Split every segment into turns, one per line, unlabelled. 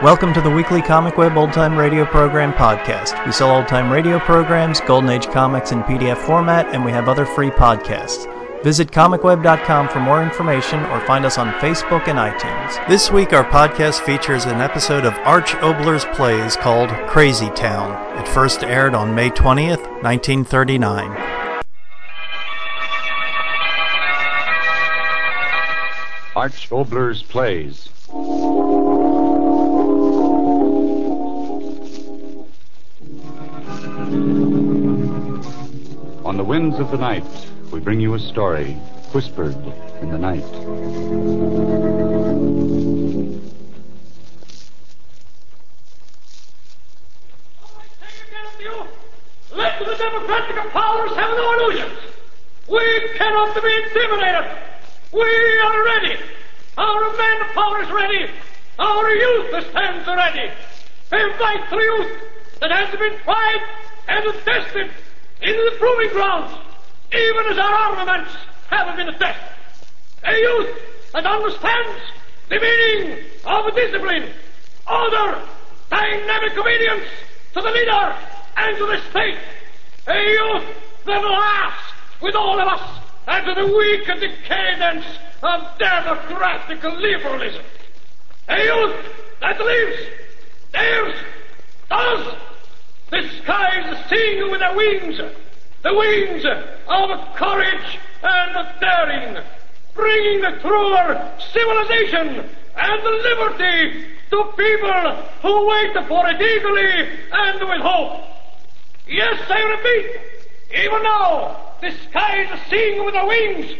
Welcome to the weekly Comic Web Old Time Radio Program podcast. We sell old time radio programs, Golden Age comics in PDF format, and we have other free podcasts. Visit comicweb.com for more information or find us on Facebook and iTunes. This week, our podcast features an episode of Arch Obler's plays called Crazy Town. It first aired on May 20th, 1939.
Arch Obler's plays. On the winds of the night, we bring you a story whispered in the night.
take against you. Let the democratic powers have no illusions. We cannot be intimidated. We are ready. Our manpower is ready. Our youth stands ready. Invite the youth that has been tried and tested into the proving grounds, even as our armaments have been tested. A youth that understands the meaning of discipline, order, dynamic obedience to the leader and to the state. A youth that laughs with all of us at the weak decadence of democratic liberalism. A youth that lives, dares, does, the skies sing with their wings, the wings of courage and daring, bringing the truer civilization and liberty to people who wait for it eagerly and with hope. Yes, I repeat, even now, the skies sing with their wings,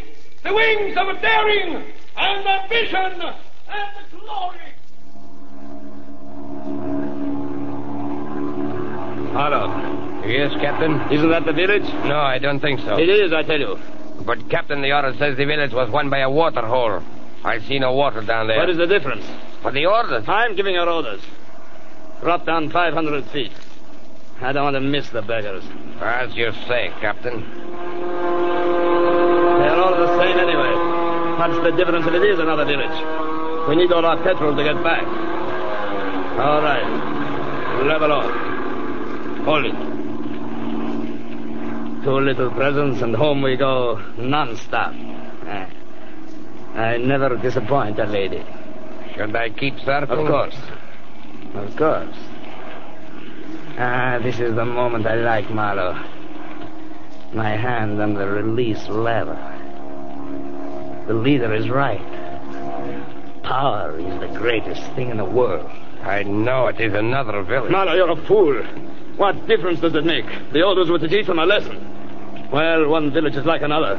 the wings of daring and ambition and glory.
Otto.
Yes, Captain.
Isn't that the village?
No, I don't think so.
It is, I tell you.
But Captain, the order says the village was won by a water hole. I see no water down there.
What is the difference?
For the order.
I'm giving her orders. Drop down 500 feet. I don't want to miss the beggars.
As you say, Captain.
They're all the same anyway. What's the difference if it is another village? We need all our petrol to get back. All right. Level off. Hold it. Two little presents and home we go non-stop. Eh. I never disappoint a lady.
Should I keep
Of
circling?
course. Of course. Ah, this is the moment I like, Marlowe. My hand on the release lever. The leader is right. Power is the greatest thing in the world.
I know it is another village.
Marlowe, you're a fool. What difference does it make? The orders were to teach them a lesson. Well, one village is like another.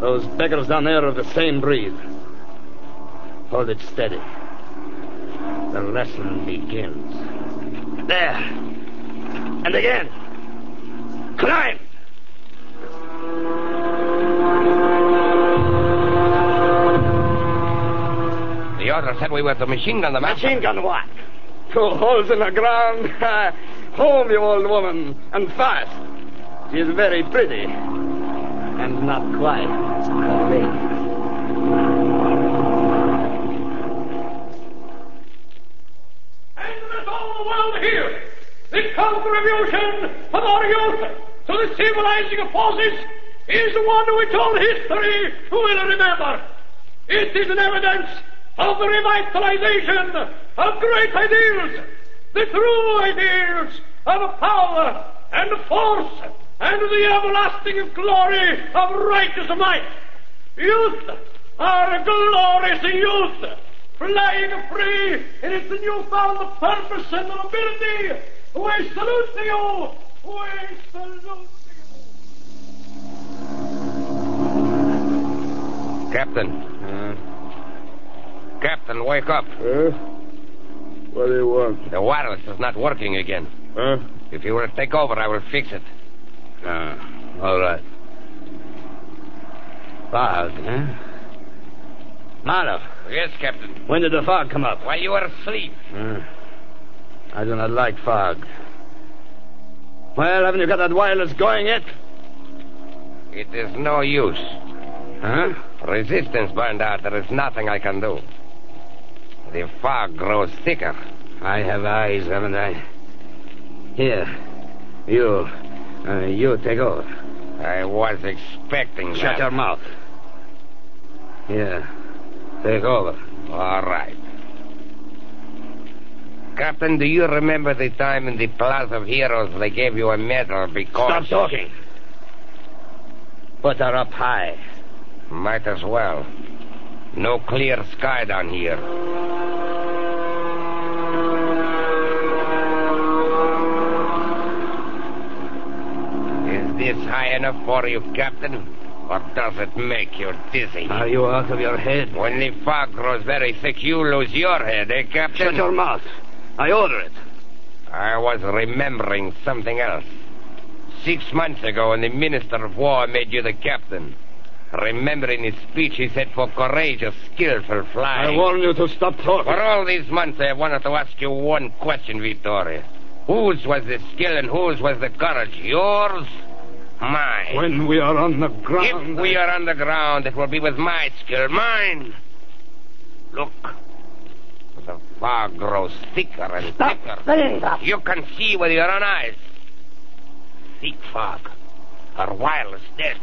Those beggars down there are of the same breed. Hold it steady. The lesson begins. There. And again. Climb!
The order said we were to machine gun the map.
Machine gun what? Two holes in the ground. Home, you old woman, and fast. She is very pretty. And not quite. Afraid.
And let all the world hear the contribution of our youth to the civilizing forces is one which all history will remember. It is an evidence of the revitalization of great ideals, the true ideals of power and force and the everlasting glory of righteous might. Youth, our glorious youth, flying free in its newfound purpose and nobility, we salute you! We salute you!
Captain.
Uh.
Captain, wake up.
Huh? What do you want?
The wireless is not working again.
Huh?
If you will take over, I will fix it.
Ah, all right. Fog, huh? Marlowe,
Yes, Captain.
when did the fog come up?
While you were asleep.
Hmm. I do not like fog. Well, haven't you got that wireless going yet?
It is no use.
Huh?
Resistance burned out. There is nothing I can do. The fog grows thicker. I have eyes, haven't I? Here, you, uh, you take over. I was expecting Shut
that.
your mouth. Here, take over. All right. Captain, do you remember the time in the Plaza of Heroes they gave you a medal because...
Stop talking. Put her up high.
Might as well. No clear sky down here. Is this high enough for you, Captain? Or does it make you dizzy?
Are you out of your head?
When the fog grows very thick, you lose your head, eh, Captain?
Shut your mouth. I order it.
I was remembering something else. Six months ago, when the Minister of War made you the captain, remember in his speech he said for courageous, skillful
I
flying.
warn you to stop talking.
For all these months, I wanted to ask you one question, Vittoria. Whose was the skill and whose was the courage? Yours? Mine.
When we are on the ground.
If we are on the ground, it will be with my skill, mine. Look. The fog grows thicker and thicker. You can see with your own eyes. Thick fog. Our wireless dead.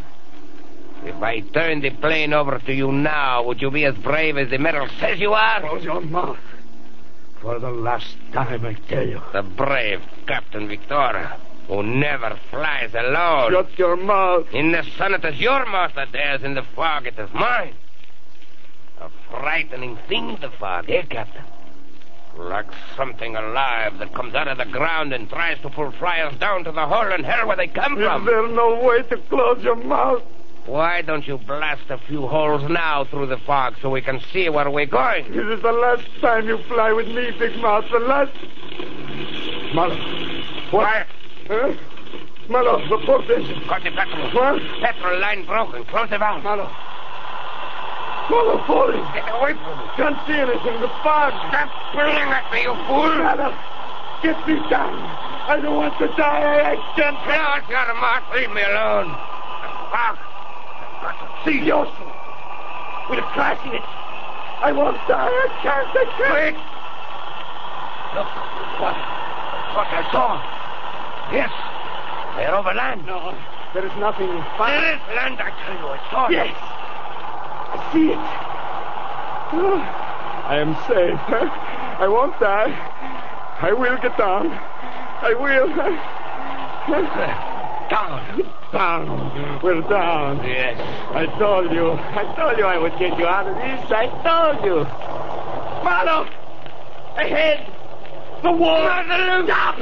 If I turn the plane over to you now, would you be as brave as the medal says you are?
Close your mouth. For the last time, I tell you.
The brave Captain Victoria, who never flies alone.
Shut your mouth.
In the sun it is your mouth that dares, in the fog it is mine. A frightening thing, the fog, eh, Captain? Like something alive that comes out of the ground and tries to pull flyers down to the hole in hell where they come
Is
from.
there no way to close your mouth?
Why don't you blast a few holes now through the fog so we can see where we're going?
This is the last time you fly with me, Big Mouth. The last. Marlow. What?
Quiet.
Huh? Marlow, the port engine.
Got the petrol.
What?
Petrol line broken. Close the valve.
Marlow. Marlow, falling.
Get away from me.
Can't see anything. The fog.
Stop pulling at me, you fool.
Marlow, get me down. I don't want to die. I, I can't.
Get out your mouth. Leave me alone. The fog. I've got to
See the ocean. We're crashing it. I won't die. I can't. I can't.
Quick! Look, what, what I saw. Yes, they're over land.
No, there is nothing.
There is land, I tell you, I saw it.
Yes. I see it. Oh, I am safe. I won't die. I will get down. I will.
Down.
Down. We're down.
Yes.
I told you. I told you I would get you out of this. I told you. Marlow! Ahead! The wall! Stop!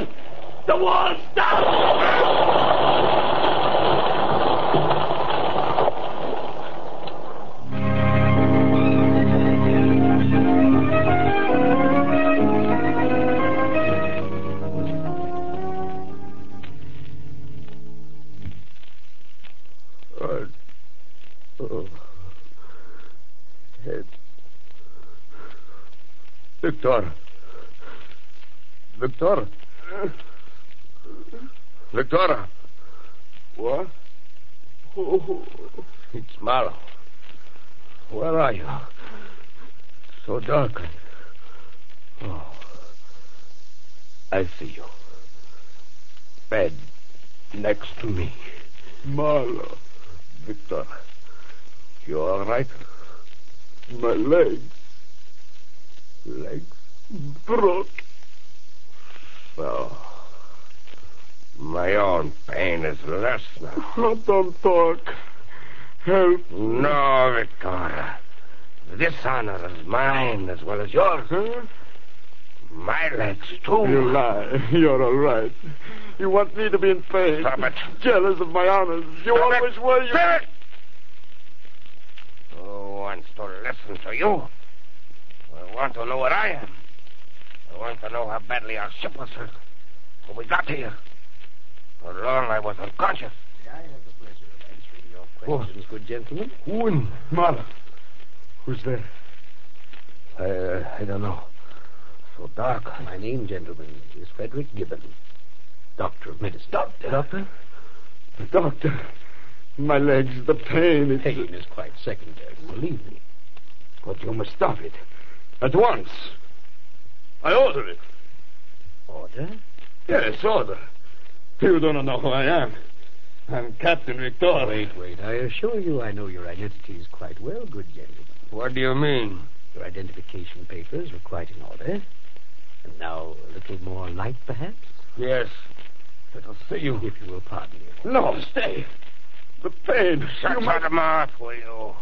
The wall! Stop!
Victor. Victor. Victor.
What? Oh, Who-
It's Marlow. Where are you? So dark. Oh. I see you. Bed next to me.
Marlow,
Victor. You all right?
my legs
Legs?
broke.
So. My own pain is less now.
Oh, don't talk. Help.
No, Victoria. This honor is mine as well as yours. hmm?
Huh?
My legs, too.
You lie. You're all right. You want me to be in pain.
Stop it.
Jealous of my honors. You
Stop
always
it.
were. You...
Stop it. Who wants to listen to you? I want to know where I am. I want to know how badly our ship was hurt. When we got here. How long I was unconscious. I have the pleasure of answering your questions, good gentlemen.
Win. Marlow. Who's there?
I, uh, I don't know. So dark. My name, gentlemen, is Frederick Gibbon, doctor of medicine. Doctor? Doctor?
The doctor. My legs, the pain. It's...
Pain is quite secondary, believe me.
But you must stop it. At once. I order it. Order? Yes, order. You don't know who I am. I'm Captain Victor.
Wait, wait. I assure you I know your identities quite well, good gentleman.
What do you mean?
Your identification papers were quite in order. And now a little more light, perhaps?
Yes. Let us see you.
If you will pardon me.
No, stay. The pain.
Shut
you
your
must-
mouth, will you?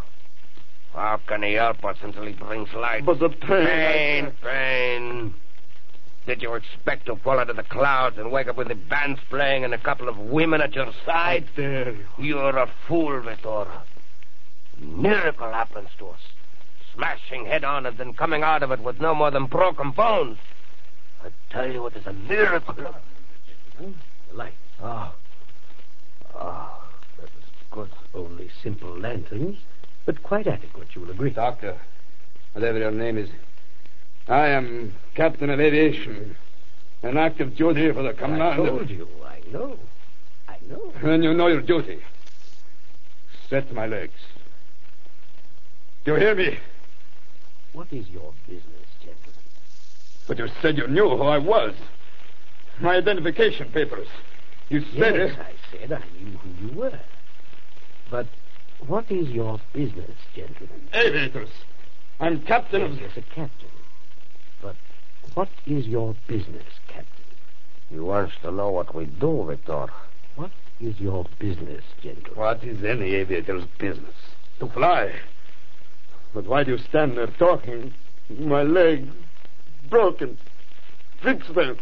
How can he help us until he brings light?
But the pain.
Pain, pain. Did you expect to fall out of the clouds and wake up with the bands playing and a couple of women at your
I
side?
dare you.
You're a fool, Vittorio. Miracle happens to us. Smashing head on and then coming out of it with no more than broken bones. I tell you, it is a miracle.
The light.
Oh.
Ah, that was good. Only simple lanterns, but quite adequate, you will agree.
Doctor, whatever your name is, I am captain of aviation, an active duty for the
I
commander.
told you, I know. I know.
And you know your duty. Set my legs. Do you hear me?
What is your business, gentlemen?
But you said you knew who I was. My identification papers. You said
yes,
it.
I said I knew who you were. But what is your business, gentlemen?
Aviators. I'm captain of.
yes, yes, a captain. But what is your business, captain?
He wants to know what we do, Victor.
What is your business, gentlemen?
What is any aviator's business? To fly. But why do you stand there talking? My leg broken. Fix them.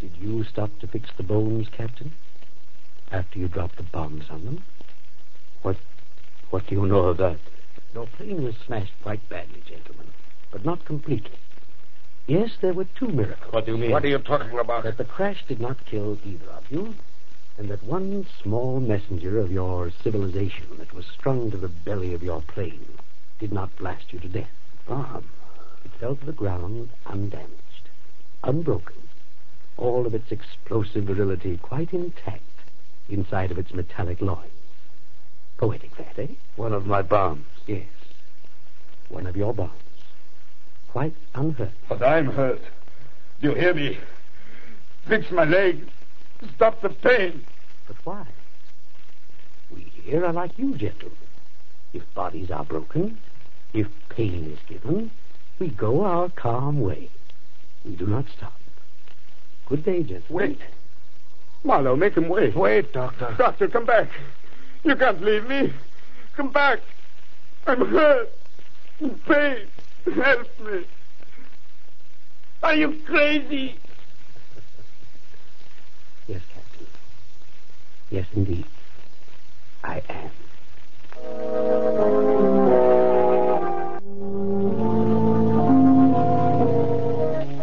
Did you stop to fix the bones, Captain? After you dropped the bombs on them? What what do you know of that? Your plane was smashed quite badly, gentlemen, but not completely. Yes, there were two miracles.
What do you mean?
What are you talking about?
That the crash did not kill either of you, and that one small messenger of your civilization that was strung to the belly of your plane did not blast you to death. Ah. It fell to the ground undamaged, unbroken, all of its explosive virility quite intact inside of its metallic loins. Poetic that, eh?
One of my bombs.
Yes. One of your bombs. Quite unhurt.
But I'm hurt. Do you hear me? Fix my leg. Stop the pain.
But why? We here are like you, gentlemen. If bodies are broken, if pain is given, we go our calm way. We do not stop. Good day, gentlemen.
Wait. Marlowe, make him wait.
Wait, Doctor.
Doctor, come back. You can't leave me. Come back. I'm hurt. In pain. Help me. Are you crazy?
Yes, Captain. Yes, indeed. I am.
Uh,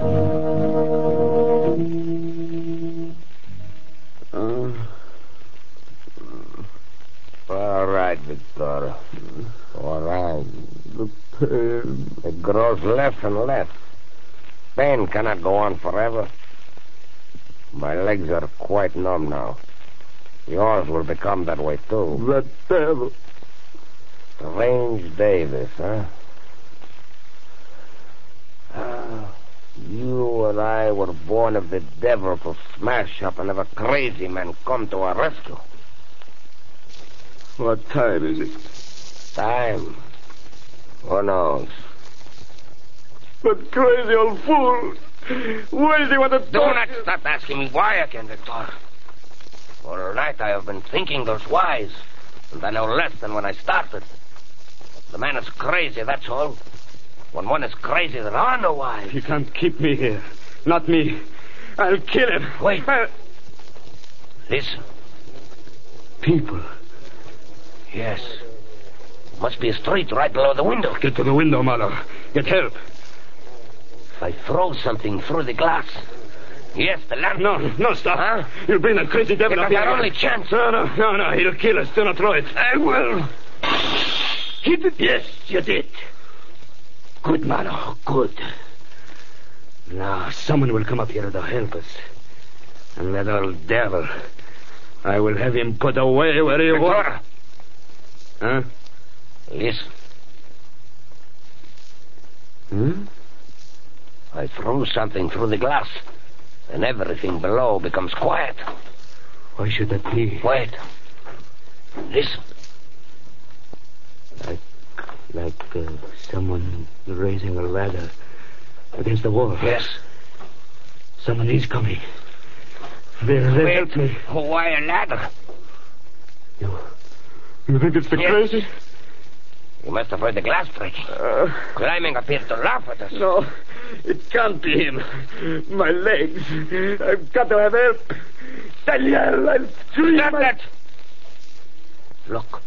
All right, Victor. All right. The pain. It grows less and less. Pain cannot go on forever. My legs are quite numb now. Yours will become that way, too.
That devil.
Strange day, this, huh? Ah, You and I were born of the devil to smash up and have a crazy man come to our rescue.
What time is it?
Time. Who knows?
That crazy old fool. Why does he want to
Do not stop asking me why again, Victor. All night I have been thinking those whys, and I know less than when I started. The man is crazy, that's all. When one is crazy, there are no whys.
You can't keep me here. Not me. I'll kill him. Uh,
Wait.
I'll-
Listen.
People.
Yes. Must be a street right below the window.
Get to the window, Marlowe. Get help.
I throw something through the glass. Yes, the lamp.
No, no, stop.
Huh?
You'll bring the crazy devil
It
up
was
here.
our only chance.
No, no, no, no. He'll kill us. Do not throw it.
I will.
Hit it. Yes, you did.
Good, Mano. Good.
Now, someone will come up here to help us. And that old devil. I will have him put away where he was.
Victor,
Huh?
listen.
Hmm?
Hmm?
I threw something through the glass. and everything below becomes quiet.
Why should that be?
Wait. Listen.
Like, like uh, someone raising a ladder against the wall.
Yes.
Someone is coming. They let me.
Why a ladder?
You, you think it's the
Yes.
crazy?
You must have heard the glass breaking. Climbing appears to laugh at us.
Uh, No, it can't be him. My legs. I've got to have help. Daniel, I'll scream.
Stop
I-
that! Look.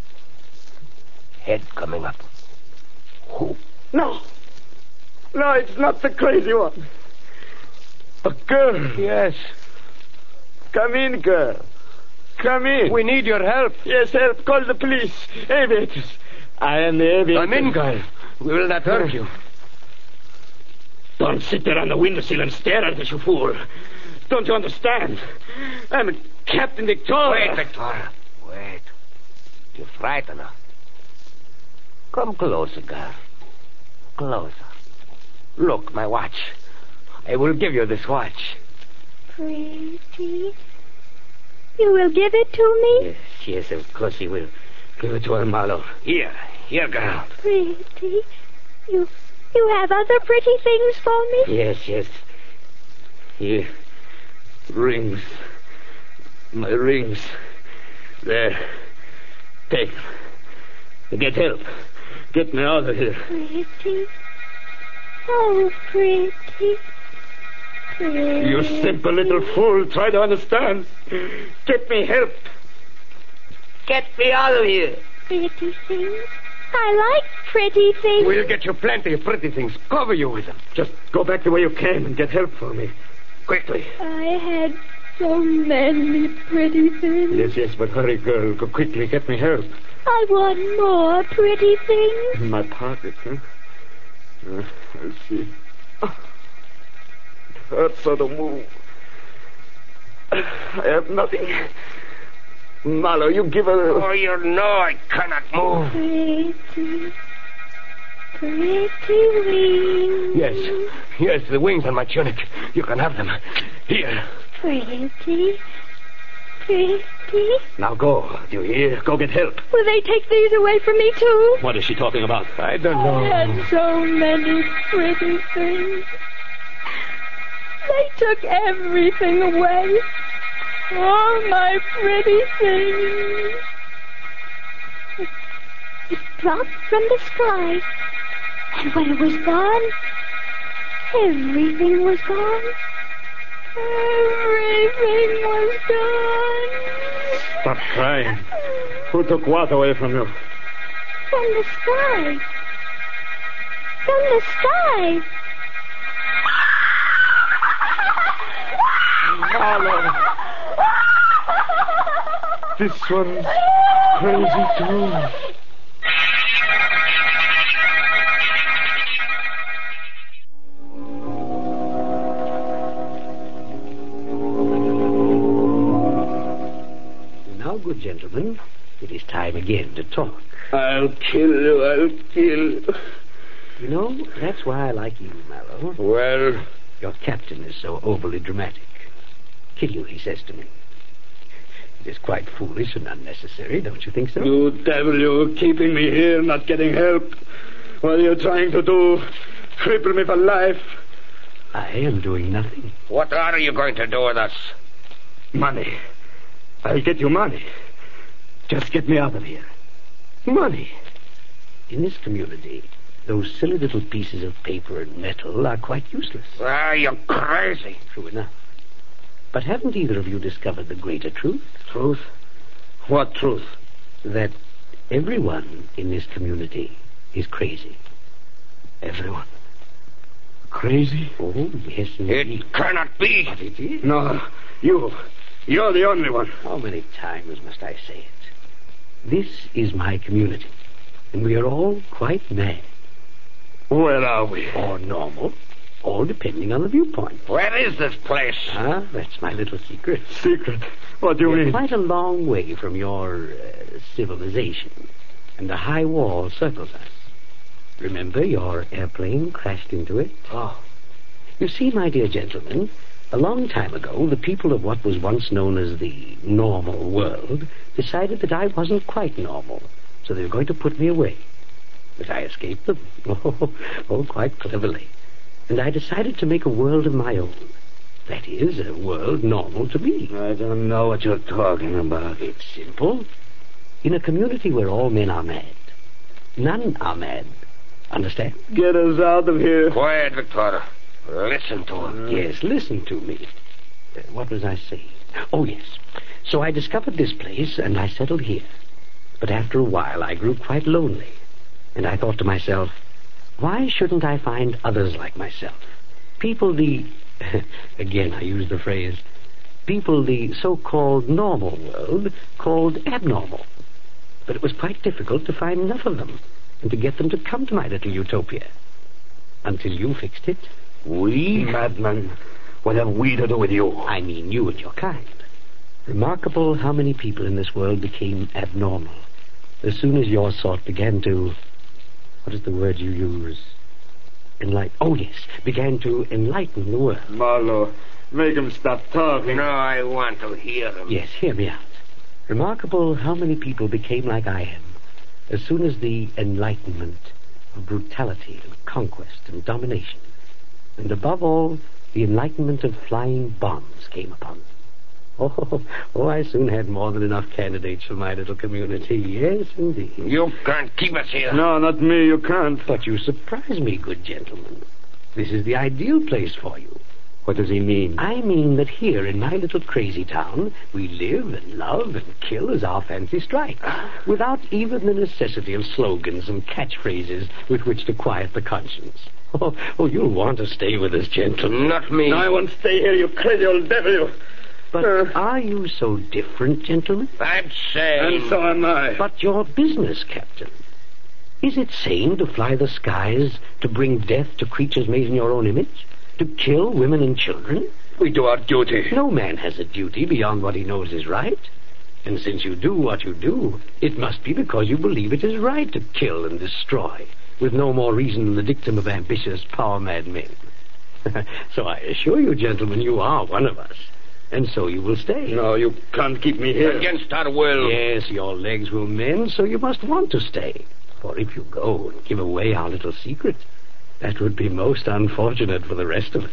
Head coming up. Who?
No. No, it's not the crazy one. A girl. Yes. Come in, girl. Come in.
We need your help.
Yes, help. Call the police. Aviators. I am the aviator.
Come in, girl. We will not hurt you.
Don't sit there on the window sill and stare at us, you fool. Don't you understand? I'm Captain Victoria.
Wait, Victoria. Wait. You frighten her. Come closer, girl. Closer. Look, my watch. I will give you this watch.
Pretty. You will give it to me?
Yes, yes, of course he will. Give it to her, Marlowe.
Here, here, girl.
Pretty. You you have other pretty things for me?
Yes, yes. Here. Rings. My rings. There. Take them. Get help. Get me out of here.
Pretty. Oh, pretty. Pretty.
You simple little fool. Try to understand. Get me help. Get me out of here.
pretty things. I like pretty things.
We'll get you plenty of pretty things. Cover you with them.
Just go back the way you came and get help for me. Quickly.
I had so many pretty things.
Yes, yes, but hurry, girl. Go quickly. Get me help.
I want more pretty things.
In my pocket, huh? Uh, I see. It hurts so to move. I have nothing. Marlowe, you give her.
Oh, you know I cannot move.
Pretty. Pretty wings.
Yes. Yes, the wings on my tunic. You can have them. Here.
Pretty. Pretty.
Now go. Do you hear? Go get help.
Will they take these away from me, too?
What is she talking about?
I don't
I
know.
had so many pretty things. They took everything away. All my pretty things. It, it dropped from the sky. And when it was gone, everything was gone. Everything was gone.
Stop crying. Who took what away from you?
From the sky. From the sky.
Marlowe. This one's crazy, too.
Now, good gentlemen, it is time again to talk.
I'll kill you. I'll kill you.
You know, that's why I like you, Mallow.
Well,
Your captain is so overly dramatic. Kill you, he says to me. It is quite foolish and unnecessary, don't you think so?
You devil, you keeping me here, not getting help. What are you trying to do? Cripple me for life.
I am doing nothing.
What are you going to do with us?
Money. I'll get you money. Just get me out of here. Money.
In this community, those silly little pieces of paper and metal are quite useless.
Ah, you're crazy.
True enough. But haven't either of you discovered the greater truth?
Truth? What truth?
That everyone in this community is crazy. Everyone.
Crazy?
Oh, yes, indeed.
It cannot be.
But it is.
No, you. You're the only one.
How many times must I say it? This is my community, and we are all quite mad,
Where are we?
or normal, all depending on the viewpoint.
Where is this place?
Ah, that's my little secret.
Secret. What do you
We're
mean?
quite a long way from your uh, civilization, and the high wall circles us. Remember, your airplane crashed into it?
Oh.
You see, my dear gentlemen, A long time ago, the people of what was once known as the normal world decided that I wasn't quite normal, so they were going to put me away. But I escaped them. Oh, oh, quite cleverly. And I decided to make a world of my own. That is, a world normal to me.
I don't know what you're talking about.
It's simple. In a community where all men are mad, none are mad. Understand?
Get us out of here.
Quiet, Victoria. Listen to him.
Yes, listen to me. Uh, what was I saying? Oh, yes. So I discovered this place and I settled here. But after a while, I grew quite lonely. And I thought to myself, why shouldn't I find others like myself? People the. again, I use the phrase. People the so called normal world called abnormal. But it was quite difficult to find enough of them and to get them to come to my little utopia. Until you fixed it.
We, madman? What have we to do with you?
I mean you and your kind. Remarkable how many people in this world became abnormal as soon as your sort began to. What is the word you use? Enlighten. Oh, yes. Began to enlighten the world.
Marlowe, make him stop talking.
No, I want to hear him.
Yes, hear me out. Remarkable how many people became like I am as soon as the enlightenment of brutality and conquest and domination and above all, the enlightenment of flying bombs came upon them. Oh, oh, I soon had more than enough candidates for my little community. Yes, indeed.
You can't keep us here.
No, not me. You can't.
But you surprise me, good gentleman. This is the ideal place for you.
What does he mean?
I mean that here in my little crazy town, we live and love and kill as our fancy strikes, without even the necessity of slogans and catchphrases with which to quiet the conscience. Oh, oh, you'll want to stay with us, gentlemen.
Not me.
No, I won't stay here, you crazy old devil, you.
But
Uh.
are you so different, gentlemen?
I'm saying.
And so am I.
But your business, Captain. Is it sane to fly the skies, to bring death to creatures made in your own image? To kill women and children?
We do our duty.
No man has a duty beyond what he knows is right. And since you do what you do, it must be because you believe it is right to kill and destroy, with no more reason than the dictum of ambitious, power mad men. so I assure you, gentlemen, you are one of us. And so you will stay.
No, you can't keep me here.
Against our will.
Yes, your legs will mend, so you must want to stay. For if you go and give away our little secret, that would be most unfortunate for the rest of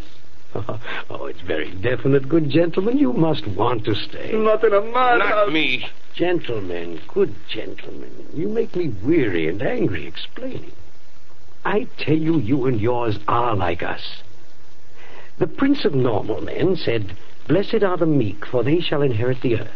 us. Oh, it's very definite, good gentlemen. You must want to stay.
Not in a mad
Not me.
Gentlemen, good gentlemen, you make me weary and angry explaining. I tell you, you and yours are like us. The Prince of Normal Men said, Blessed are the meek, for they shall inherit the earth.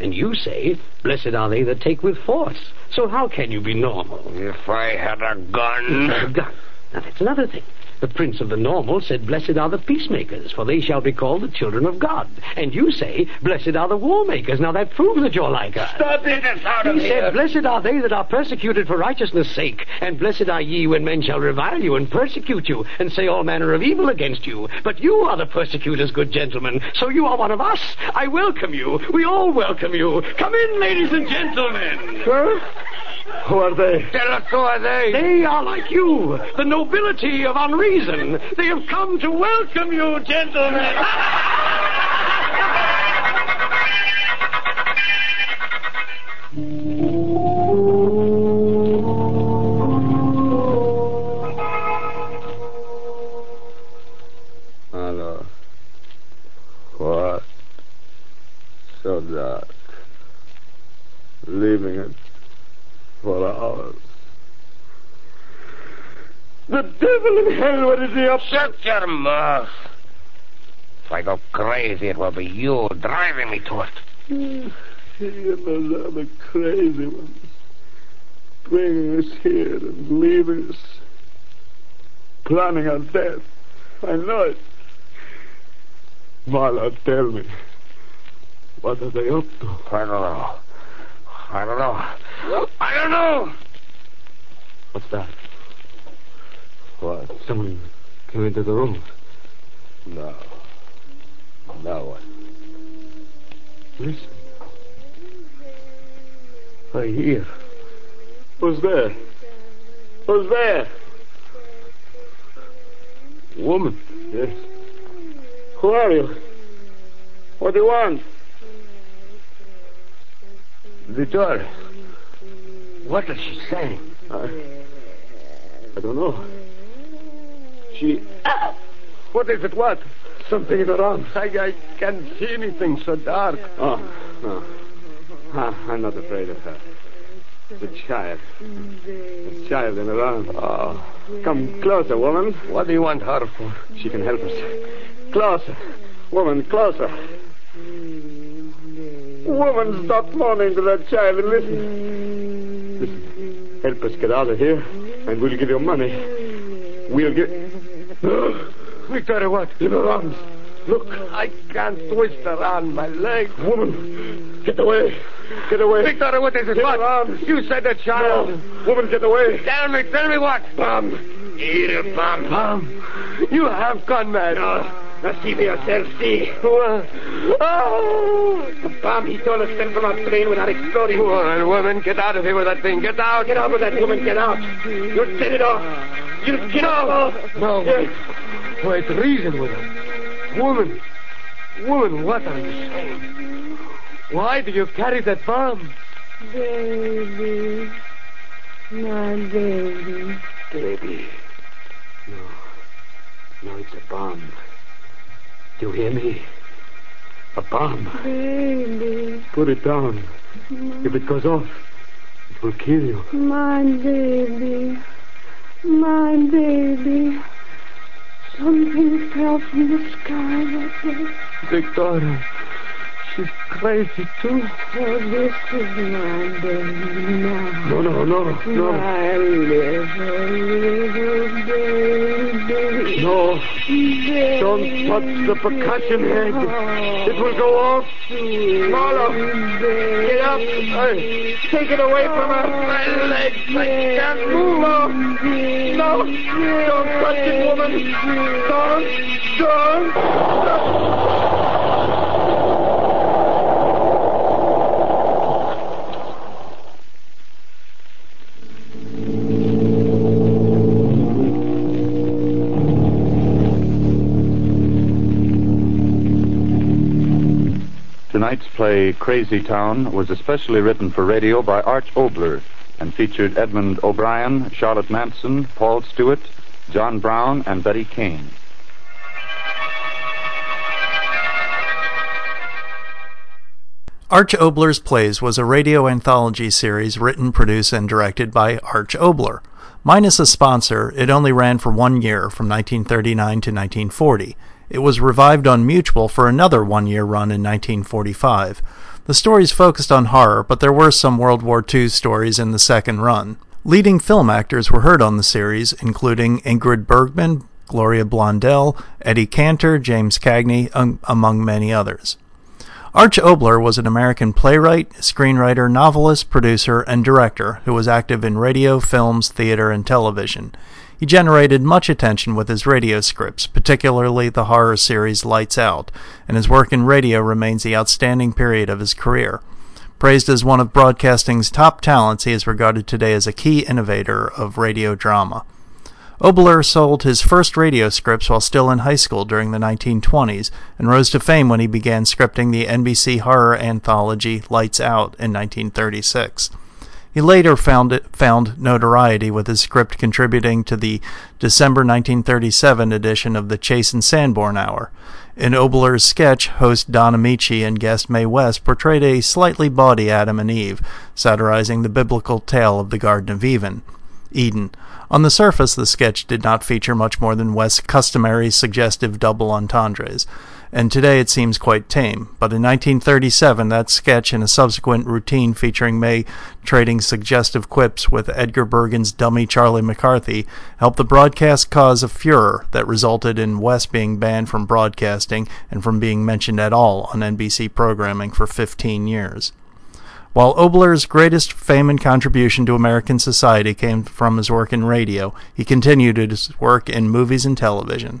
And you say, Blessed are they that take with force. So how can you be normal?
If I had a
Now,
gun.
that's another thing. The Prince of the Normal said, Blessed are the peacemakers, for they shall be called the children of God. And you say, Blessed are the war makers. Now that proves that you're like us.
Stop it. Get us out of
He
here.
said, Blessed are they that are persecuted for righteousness' sake, and blessed are ye when men shall revile you and persecute you, and say all manner of evil against you. But you are the persecutors, good gentlemen, so you are one of us. I welcome you. We all welcome you. Come in, ladies and gentlemen.
Who are they?
Tell us who are they.
They are like you, the nobility of unreason. They have come to welcome you, gentlemen.
Marlowe. What? So dark. Leaving it for hours. The devil in hell, what is he up to?
Shut your mouth. If I go crazy, it will be you driving me to it.
He and those other crazy ones. Bringing us here and leaving us. Planning our death. I know it. Marla, tell me. What are they up to?
I don't know. I don't know. I don't know.
What's that?
What?
Someone came into the room.
No. No one. Listen. I hear. Who's there? Who's there? Woman. Yes. Who are you? What do you want?
Vitor, what is she saying?
I, I don't know. She. Ah! What is it? What? Something in her arms.
I, I can't see anything so dark.
Oh, no. Ah, I'm not afraid of her. The child. The child in her arms. Oh. Come closer, woman.
What do you want her for?
She can help us. Closer. Woman, closer. Woman, stop moaning to that child and listen. Listen. Help us get out of here, and we'll give you money. We'll give.
Victoria, what?
In her arms. Look.
I can't twist around my leg.
Woman, get away. Get away.
Victoria, what is it?
Get
What?
her arms.
You said the child.
No. Woman, get away.
Tell me, tell me what?
Bam.
Here, Bam. Bam. You have gone mad.
Now see for yourself, see.
Well,
Oh! The bomb he told us fell from our plane without exploding.
All right, woman, get out of here with that thing. Get out.
Get out with that woman, get out. You'll set it off. You'll get off.
No, wait.
Yes.
Wait, reason with her. Woman. Woman, what are you saying? Why do you carry that bomb?
Baby. My baby.
Baby. No. No, it's a bomb. Do you hear me? A bomb.
Baby.
Put it down. If it goes off, it will kill you.
My baby. My baby. Something fell from the sky that day.
Victoria. She's crazy, too.
Oh, this is my baby now.
No, no, no, no.
My little, little baby.
No,
baby.
don't touch the percussion head.
Oh,
It will go off.
sweet
Marlo,
baby.
Get up. Hey, take it away from her. My legs, I can't move. No, no. Don't touch it, woman. Don't, don't.
Tonight's play, Crazy Town, was especially written for radio by Arch Obler and featured Edmund O'Brien, Charlotte Manson, Paul Stewart, John Brown, and Betty Kane.
Arch Obler's Plays was a radio anthology series written, produced, and directed by Arch Obler. Minus a sponsor, it only ran for one year from 1939 to 1940. It was revived on Mutual for another one year run in 1945. The stories focused on horror, but there were some World War II stories in the second run. Leading film actors were heard on the series, including Ingrid Bergman, Gloria Blondell, Eddie Cantor, James Cagney, um, among many others. Arch Obler was an American playwright, screenwriter, novelist, producer, and director who was active in radio, films, theater, and television. He generated much attention with his radio scripts, particularly the horror series Lights Out, and his work in radio remains the outstanding period of his career. Praised as one of broadcasting's top talents, he is regarded today as a key innovator of radio drama. Obler sold his first radio scripts while still in high school during the 1920s and rose to fame when he began scripting the NBC horror anthology Lights Out in 1936. He later found, found notoriety with his script contributing to the December 1937 edition of the Chase and Sanborn Hour. In Obler's sketch, host Don Amici and guest Mae West portrayed a slightly bawdy Adam and Eve, satirizing the biblical tale of the Garden of Eden. Eden. On the surface, the sketch did not feature much more than West's customary suggestive double entendres, and today it seems quite tame. But in 1937, that sketch and a subsequent routine featuring May trading suggestive quips with Edgar Bergen's dummy Charlie McCarthy helped the broadcast cause a furor that resulted in West being banned from broadcasting and from being mentioned at all on NBC programming for 15 years. While Obler's greatest fame and contribution to American society came from his work in radio, he continued his work in movies and television.